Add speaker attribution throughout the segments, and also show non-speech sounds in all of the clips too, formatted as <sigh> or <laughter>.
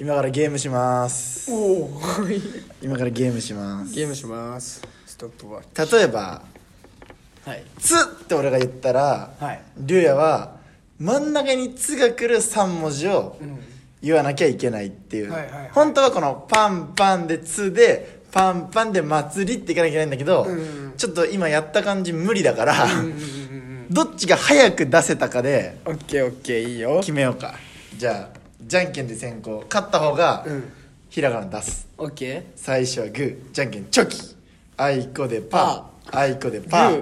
Speaker 1: 今からゲームします
Speaker 2: おお
Speaker 1: 今からゲームします
Speaker 2: ゲームしますストップワー
Speaker 1: 例えば
Speaker 2: はい
Speaker 1: 「つ」って俺が言ったら
Speaker 2: はい
Speaker 1: 竜也は真ん中に「つ」が来る3文字を言わなきゃいけないっていう、
Speaker 2: はいはいはい
Speaker 1: 本当はこの「パンパン」で「つ」で「パンパン」で「祭り」っていかなきゃいけないんだけど、
Speaker 2: うん
Speaker 1: ちょっと今やった感じ無理だから、
Speaker 2: うんうんうん
Speaker 1: どっちが早く出せたかで
Speaker 2: オッケーオッケーいいよ
Speaker 1: 決めようかじゃあじゃんけんで先行勝った方が
Speaker 2: うん
Speaker 1: ひらがな出す
Speaker 2: オッケ
Speaker 1: 最初はグーじゃんけんチョキあいこでパーあいこでパー
Speaker 2: グ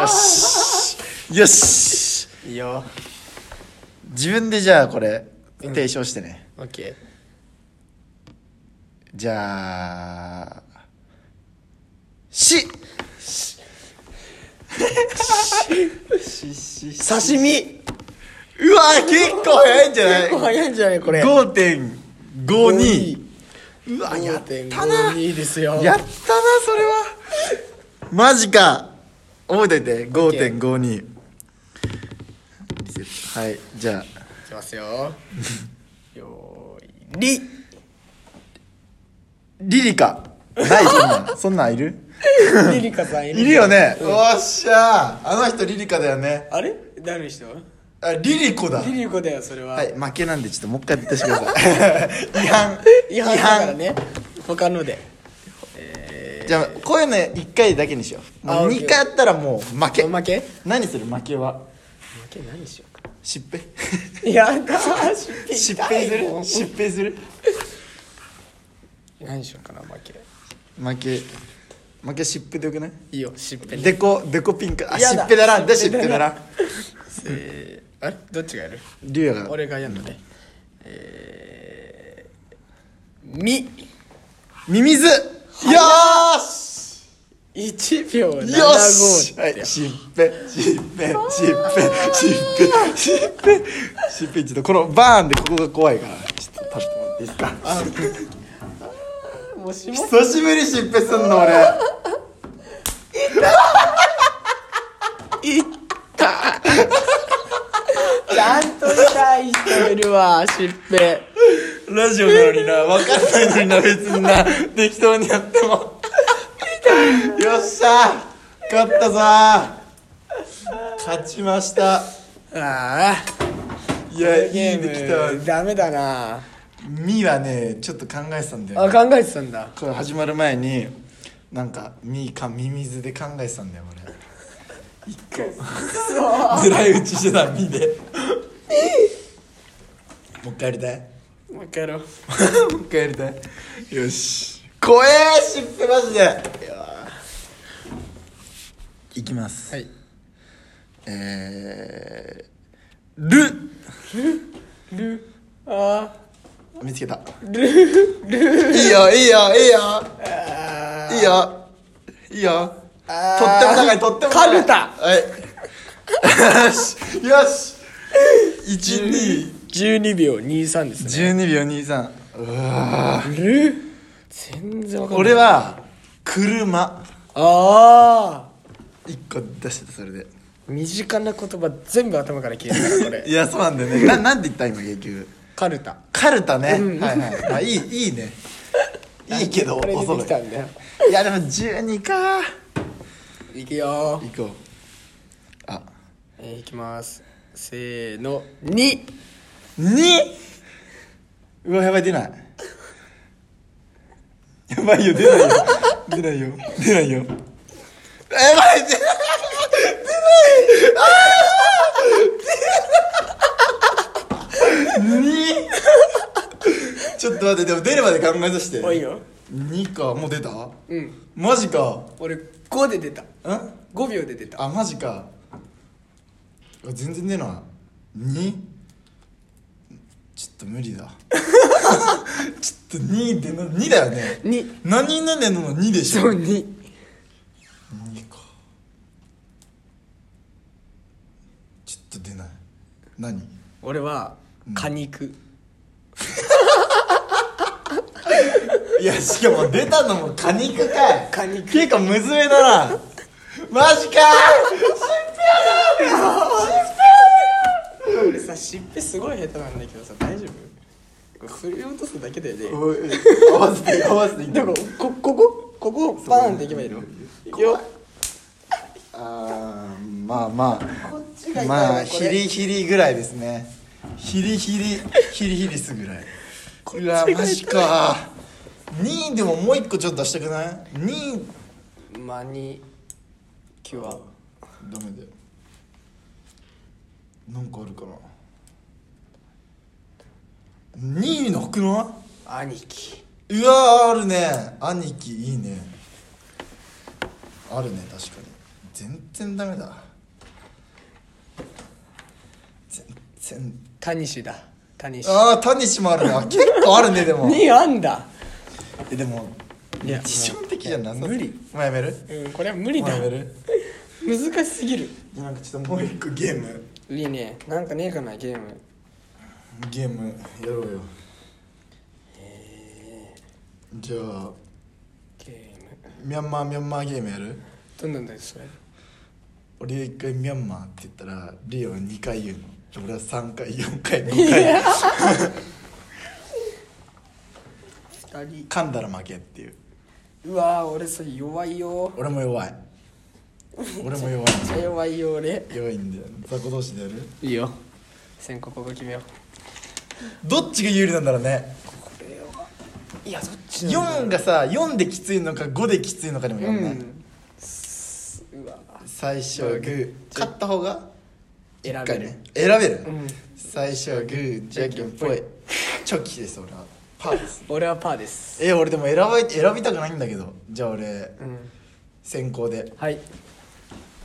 Speaker 1: よしよし
Speaker 2: ーいいよ
Speaker 1: 自分でじゃあこれ提唱してね、
Speaker 2: オッケ
Speaker 1: じゃあし
Speaker 2: ー <laughs> 刺身
Speaker 1: うわ結構早いんじゃない
Speaker 2: 結構早いんじゃないこれ
Speaker 1: 5.52うわやったない
Speaker 2: いですよ
Speaker 1: やったなそれはマジか覚えといて5.52リセットはいじゃあ
Speaker 2: いきます <laughs> よよーいり
Speaker 1: リリカないそんなんそんなんいる
Speaker 2: りりかさんい
Speaker 1: いるよね、おっしゃーあの人リリカだよね
Speaker 2: あれ誰の人
Speaker 1: あリリコだ
Speaker 2: りりこだよそれは、
Speaker 1: はい負けなんでちょっともう一回やってしてください違反
Speaker 2: 違反だからね他ので
Speaker 1: じゃあこういうの1回だけにしようも
Speaker 2: あ
Speaker 1: う
Speaker 2: OK
Speaker 1: 2回やったらもう負け
Speaker 2: おまけ負
Speaker 1: 何する負けは
Speaker 2: け何しようか
Speaker 1: 失敗
Speaker 2: やだー失
Speaker 1: 失
Speaker 2: 敗
Speaker 1: 敗する
Speaker 2: 痛いもん
Speaker 1: 失敗する
Speaker 2: 何しようかな負け
Speaker 1: 負け負け失敗でよくない
Speaker 2: いいよ失敗
Speaker 1: デコデコピンクあ
Speaker 2: や
Speaker 1: 失
Speaker 2: だ
Speaker 1: 敗だなで
Speaker 2: し
Speaker 1: 失
Speaker 2: っぺ
Speaker 1: 敗だな
Speaker 2: えー、あれどっちがやる
Speaker 1: 竜也が
Speaker 2: 俺がやるのねえー、み
Speaker 1: ミミズよーし
Speaker 2: 1秒75
Speaker 1: よしはい、しっぺ、しっぺ、しっぺ、しっぺ、しっぺ、しっぺ、ちょっとこのバーンでここが怖いから、ちょっと立ってもらっていいですか
Speaker 2: もうしも
Speaker 1: 久しぶりしっぺすんの俺。
Speaker 2: いったちゃんと痛い人いるわしっぺ
Speaker 1: ラジオなのにな、わかんないのにな、別にな、適当にやっても。よっしゃ勝ったぞ勝ちました。
Speaker 2: あ
Speaker 1: い
Speaker 2: あ
Speaker 1: や、いいね、来たわ。
Speaker 2: ダメだな
Speaker 1: ミはね、ちょっと考えてたんだよね、
Speaker 2: あ考えてたんだ
Speaker 1: これ始まる前になんか「み」か「ミミズ」で考えてたんだよ俺一 <laughs> 個ずらい打ちしてた「み」で <laughs> もう一回やりたい
Speaker 2: もう一回やろう
Speaker 1: <laughs> もう一回やりたいよし怖えー失敗マジでいやーいきます
Speaker 2: はい
Speaker 1: えー「る
Speaker 2: ルあ」
Speaker 1: 見つけた
Speaker 2: ール
Speaker 1: いいよいいよいいよ
Speaker 2: あ
Speaker 1: いいよいいよ
Speaker 2: あー
Speaker 1: とっても高いとっても高い
Speaker 2: カルタ
Speaker 1: はいよしよし1212
Speaker 2: 12秒23ですね
Speaker 1: 秒23うわ
Speaker 2: ル全然わかんない
Speaker 1: 俺は車
Speaker 2: ああ
Speaker 1: 一個出してたそれで
Speaker 2: 身近な言葉全部頭から消えたなこれ
Speaker 1: いやそうなんだよねななんて言った今結局
Speaker 2: カルタ
Speaker 1: カルタね、はいはい、まあ、いいいいねいいけど
Speaker 2: これ出
Speaker 1: 恐
Speaker 2: て
Speaker 1: ろい
Speaker 2: きたんだよ
Speaker 1: いやでも12か
Speaker 2: いくよ
Speaker 1: 行こうあ
Speaker 2: えーいきますせーの2
Speaker 1: 2! うわやばい出ないやばいよ出ないよ出ないよ出ないよやばい出ない出ないあー出ない 2! ちょっと待ってでも出るまで考えさせて
Speaker 2: おいよ
Speaker 1: 2かもう出た
Speaker 2: うん
Speaker 1: マジか
Speaker 2: 俺5で出た
Speaker 1: ん
Speaker 2: 5秒で出た
Speaker 1: あマジかうわ全然出ない2ちょっと無理だちょっと2でな2だよね
Speaker 2: 2
Speaker 1: 何々での2でしょ
Speaker 2: そう2
Speaker 1: 2かちょっと出ない何
Speaker 2: 俺は果肉
Speaker 1: いやしかも出たのも果肉かい
Speaker 2: 果肉
Speaker 1: 結構むずめだなマジか
Speaker 2: 俺さしっぺすごい下手なんだけどさ大丈夫振り落とすだけだよね
Speaker 1: おい <laughs> 合わせて合わせていいんだ
Speaker 2: でもこここここバーンっていけばいいのいくよ
Speaker 1: あーまあま
Speaker 2: こっちが痛
Speaker 1: あ
Speaker 2: い
Speaker 1: まあ
Speaker 2: わこ
Speaker 1: ヒ
Speaker 2: れ
Speaker 1: リヒリぐらいですねヒリヒリヒリヒリすぐらい
Speaker 2: ち
Speaker 1: う
Speaker 2: が
Speaker 1: わ
Speaker 2: 痛い
Speaker 1: マジか2位でももう一個ちょっと出したくない ?2 位
Speaker 2: まあに今日は
Speaker 1: ダメだよなんかあるかな2位のくな
Speaker 2: 兄貴
Speaker 1: いうわーあるね兄貴いいねあるね確かに全然ダメだ全然
Speaker 2: 谷氏だ谷氏
Speaker 1: ああタニシもあるな結構あるねでも
Speaker 2: にあんだ
Speaker 1: えでも
Speaker 2: いや
Speaker 1: 日常的じゃなさそう
Speaker 2: 無理
Speaker 1: もうやめる
Speaker 2: うんこれは無理
Speaker 1: もう
Speaker 2: だ
Speaker 1: やめる
Speaker 2: 難しすぎる
Speaker 1: いやなんかちょっともう一個ゲーム
Speaker 2: いいねなんかねえかなゲーム
Speaker 1: ゲームやろうよじゃあ
Speaker 2: ゲーム
Speaker 1: ミャンマーミャンマーゲームやる
Speaker 2: どんなんだよそれ
Speaker 1: 俺が一回ミャンマーって言ったらリオは2回言うので俺は3回4回5回
Speaker 2: 二人
Speaker 1: 噛んだら負けっていう
Speaker 2: うわー俺それ弱いよ
Speaker 1: 俺も弱い俺も弱い
Speaker 2: めっちゃ弱いよ俺
Speaker 1: 弱いんだよ雑魚同士でやる
Speaker 2: いいよ先行ここ決めよう
Speaker 1: どっちが有利なんだろうね
Speaker 2: これはいやどっちな
Speaker 1: 4
Speaker 2: んだろ
Speaker 1: がさ4できついのか5できついのかにもよ
Speaker 2: う
Speaker 1: るね、
Speaker 2: んすうわ
Speaker 1: 最初はグー勝った方が
Speaker 2: 選
Speaker 1: 一
Speaker 2: べ
Speaker 1: 回
Speaker 2: る、
Speaker 1: ね選べる、
Speaker 2: うん
Speaker 1: 最初はグーじゃんけんぽいチョキです俺はパーです
Speaker 2: 俺はパーです
Speaker 1: え俺でも選ば選びたくないんだけどじゃあ俺
Speaker 2: うん
Speaker 1: 先行で
Speaker 2: はい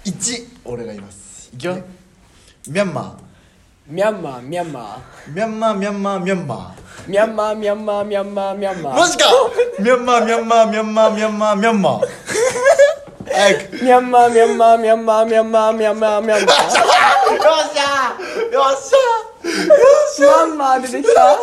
Speaker 1: 1俺がいますいくよミャンマ
Speaker 2: ミャンマーミャンマ
Speaker 1: ーミャンマーミャンマーミャンマ
Speaker 2: ーミャンマーミャンマーミャンマーミャンマ
Speaker 1: ー
Speaker 2: ー
Speaker 1: マジかミャンマーミャンマーミャンマーミャンマーミャンマー早く
Speaker 2: ミャンマーミャンマーミャンマーミャンマーミャンマーミャンマー
Speaker 1: よっしゃーよっし
Speaker 2: ミャンマー出てきた
Speaker 1: ゃ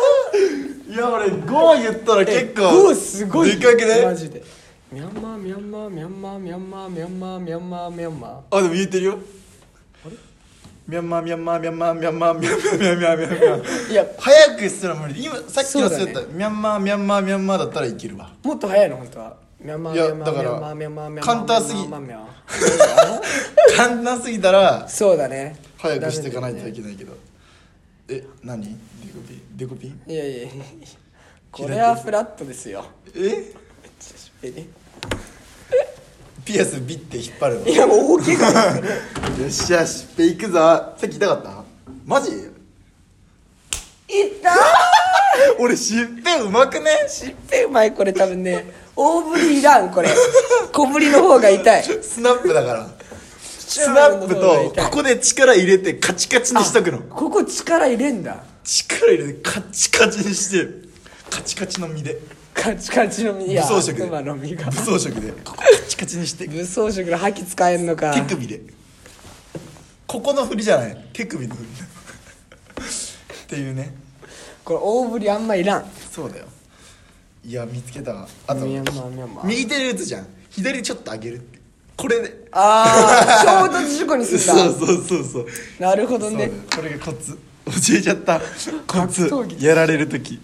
Speaker 1: ーいや俺5言ったら結構
Speaker 2: ゴーすご
Speaker 1: で
Speaker 2: い
Speaker 1: かくね
Speaker 2: マジでミャンマーミャンマーミャンマーミャンマーミャンマーミャンマーミャンマー
Speaker 1: あ、でも言えてるよ。ミャンマーミャンマーミャンマーミャンマーミャンマーミャンマーミャンマーミャンマー
Speaker 2: いや
Speaker 1: 早くすら無理今さっきのせ
Speaker 2: そうだ
Speaker 1: た、ミャンマーミャンマーミャンマーだったらいけるわ
Speaker 2: もっと早いの本当はミャンマー
Speaker 1: い
Speaker 2: ミ
Speaker 1: や
Speaker 2: ャンマーミ
Speaker 1: だから
Speaker 2: ャンマーミャンマーミャンマー
Speaker 1: 簡単すぎ
Speaker 2: ミャンマーミャンマー
Speaker 1: 簡単すぎたら
Speaker 2: そうだね
Speaker 1: 早くしていかないといけ
Speaker 2: け
Speaker 1: ないけどえ何デコピンデコピン
Speaker 2: いやいやいやこれはフラットですよ
Speaker 1: え
Speaker 2: 久しぶりに
Speaker 1: ピアスビって引っ張るの
Speaker 2: いやもう大きいか
Speaker 1: よ
Speaker 2: ら
Speaker 1: っしゃしっぺいくぞさっき痛かったマジ
Speaker 2: いった
Speaker 1: 俺しっぺうまくね
Speaker 2: しっぺうまいこれ多分ね大ぶりいらんこれ小ぶりの方が痛い
Speaker 1: スナップだからス
Speaker 2: ス
Speaker 1: ナップとここで力入れてカチカチにしとくの
Speaker 2: ここ力入れんだ
Speaker 1: 力入れてカチカチにしてカチカチの身で
Speaker 2: カチカチの実
Speaker 1: 武
Speaker 2: や
Speaker 1: 装色で
Speaker 2: 悪魔の実が
Speaker 1: 武装色でここカチカチにして
Speaker 2: 武装色の覇気使えんのか
Speaker 1: 手首でここの振りじゃない手首の振りっていうね
Speaker 2: これ大ぶりあんまいらん
Speaker 1: そうだよいや見つけたわあと
Speaker 2: ミャンマーミャンマー
Speaker 1: 右手で打つじゃん左ちょっと上げるってこれで
Speaker 2: ああ衝突事故
Speaker 1: <laughs>
Speaker 2: に
Speaker 1: そう
Speaker 2: するんだ
Speaker 1: そうそうそう
Speaker 2: なるほど
Speaker 1: そうだよ
Speaker 2: ね
Speaker 1: これがコツ教えちゃったコツ
Speaker 2: 格闘技
Speaker 1: やられる時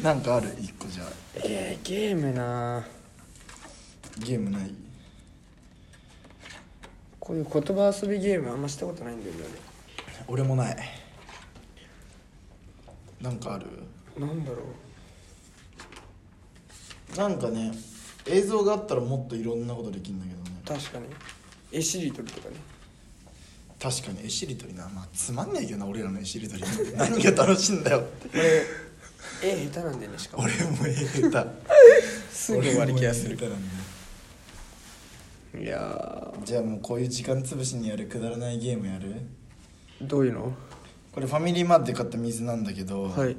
Speaker 1: なんかある一個じゃあ
Speaker 2: えー、ゲームな
Speaker 1: ゲームない
Speaker 2: こういう言葉遊びゲームあんましたことないんだよね
Speaker 1: 俺もないなんかある
Speaker 2: 俺なんだろう
Speaker 1: なんかね映像があったらもっといろんなことできるんだけどね
Speaker 2: 確かに絵しりとりとかね
Speaker 1: 確かに絵しりとりなまあつまんねえけどな俺らの絵しりとり
Speaker 2: <laughs>
Speaker 1: 何が楽しいんだよって <laughs>
Speaker 2: 俺絵下手なんだよねしかも
Speaker 1: 俺も絵下
Speaker 2: す
Speaker 1: 手
Speaker 2: ぐ終わり気がす
Speaker 1: 俺も絵下手な
Speaker 2: る
Speaker 1: んだよ
Speaker 2: いや
Speaker 1: じゃあもうこういう時間つぶしにやるくだらないゲームやる
Speaker 2: ーどういうの
Speaker 1: これファミリーマートで買った水なんだけど、
Speaker 2: はい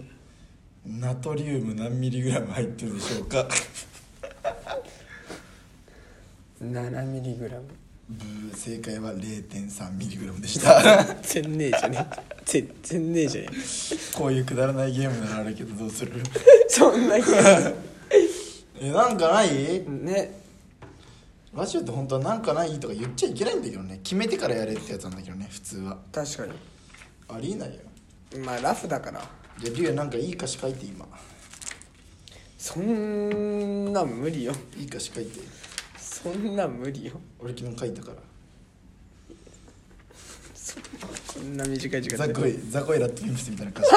Speaker 1: ナトリウム何ミリグラム入ってるでしょう
Speaker 2: <laughs>
Speaker 1: か
Speaker 2: 7ミリグラム
Speaker 1: ブー正解は0.3ミリグラムでした
Speaker 2: <laughs> 全然ねえじゃねえ全然ねえじゃね
Speaker 1: こういうくだらないゲームならあるけどどうする
Speaker 2: えそんなゲー
Speaker 1: えなんかない
Speaker 2: ム <laughs> ね
Speaker 1: ラジオって本当はなんかないとか言っちゃいけないんだけどね決めてからやれってやつなんだけどね普通は
Speaker 2: 確か
Speaker 1: ありえないよ
Speaker 2: にまあラフだから
Speaker 1: じゃあリュウなんかいい歌詞書いて今
Speaker 2: そんな無理よ
Speaker 1: いい歌詞書いて
Speaker 2: そんな無理よ
Speaker 1: 俺昨日書いたから
Speaker 2: こんな短い時間
Speaker 1: ザ
Speaker 2: で
Speaker 1: コイザコイラットビームスみたいな歌詞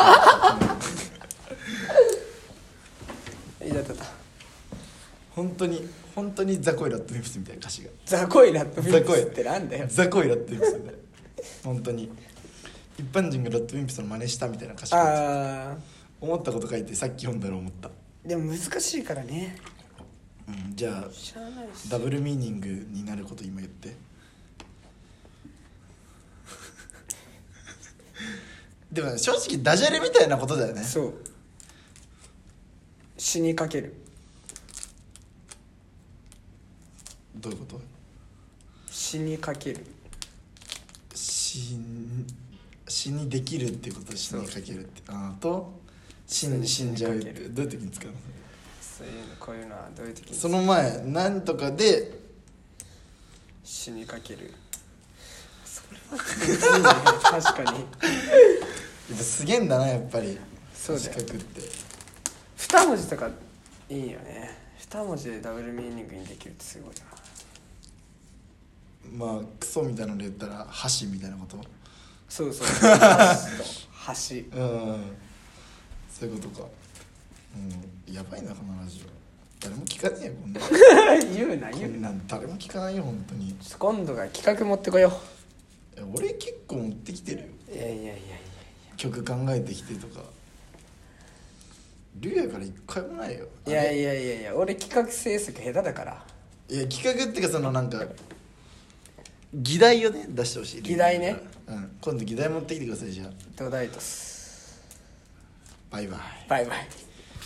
Speaker 2: <laughs> いやだった
Speaker 1: 本当に本当にザコイラットビームスみたいな歌詞が
Speaker 2: ザコイラットフィ
Speaker 1: ザ
Speaker 2: ッ
Speaker 1: コ
Speaker 2: ク
Speaker 1: イ
Speaker 2: スってなんだよ
Speaker 1: ザコイラットビームスみたいな本当に一般人がラットビームスの真似したみたいな歌詞が
Speaker 2: あ
Speaker 1: 思ったこと書いてさっき読んだら思った、
Speaker 2: ーでも難しいからね
Speaker 1: うん、じゃあ
Speaker 2: しゃあないし
Speaker 1: ダブルミーニングになること今言って <laughs> でも正直ダジャレみたいなことだよね
Speaker 2: そう死にかける
Speaker 1: どういうこと
Speaker 2: 死にかける
Speaker 1: 死に死にできるっていうこと死にかけるってあーと死
Speaker 2: そう
Speaker 1: に死んじゃうっ
Speaker 2: 死
Speaker 1: て
Speaker 2: にかけ
Speaker 1: どういう時に使うの
Speaker 2: そういうのこういうのはどういう時に
Speaker 1: その前なんとかで
Speaker 2: 死にかけるそれは確か
Speaker 1: や
Speaker 2: に
Speaker 1: っぱすげえんだなやっぱり
Speaker 2: そうだよ
Speaker 1: 四角って
Speaker 2: 二文字とかいいよね二文字でダブルミーニングにできるってすごいな
Speaker 1: まあクソみたいなので言ったら箸みたいなこと
Speaker 2: そうそう <laughs> 箸と
Speaker 1: うんそういうことかうんやばいなこのラジオ誰も聞かねえよこんなこ
Speaker 2: 箸言うな <laughs> 言うんな
Speaker 1: なん誰も聞かないよ本当に
Speaker 2: ちょっと今度から企画持ってこよ
Speaker 1: え俺結構持ってきてるよ
Speaker 2: ういやいやいやいや
Speaker 1: 曲考えてきてとか竜やから一回もないよ
Speaker 2: いや
Speaker 1: い
Speaker 2: いやいやいや俺企画制作下手だから
Speaker 1: やいや企画っていうかそのなんか議題をね出してほしい
Speaker 2: 議題ね、
Speaker 1: うん、今度議題持ってきてくださいじゃあ
Speaker 2: ドダイトス
Speaker 1: バイバイ
Speaker 2: バイバイ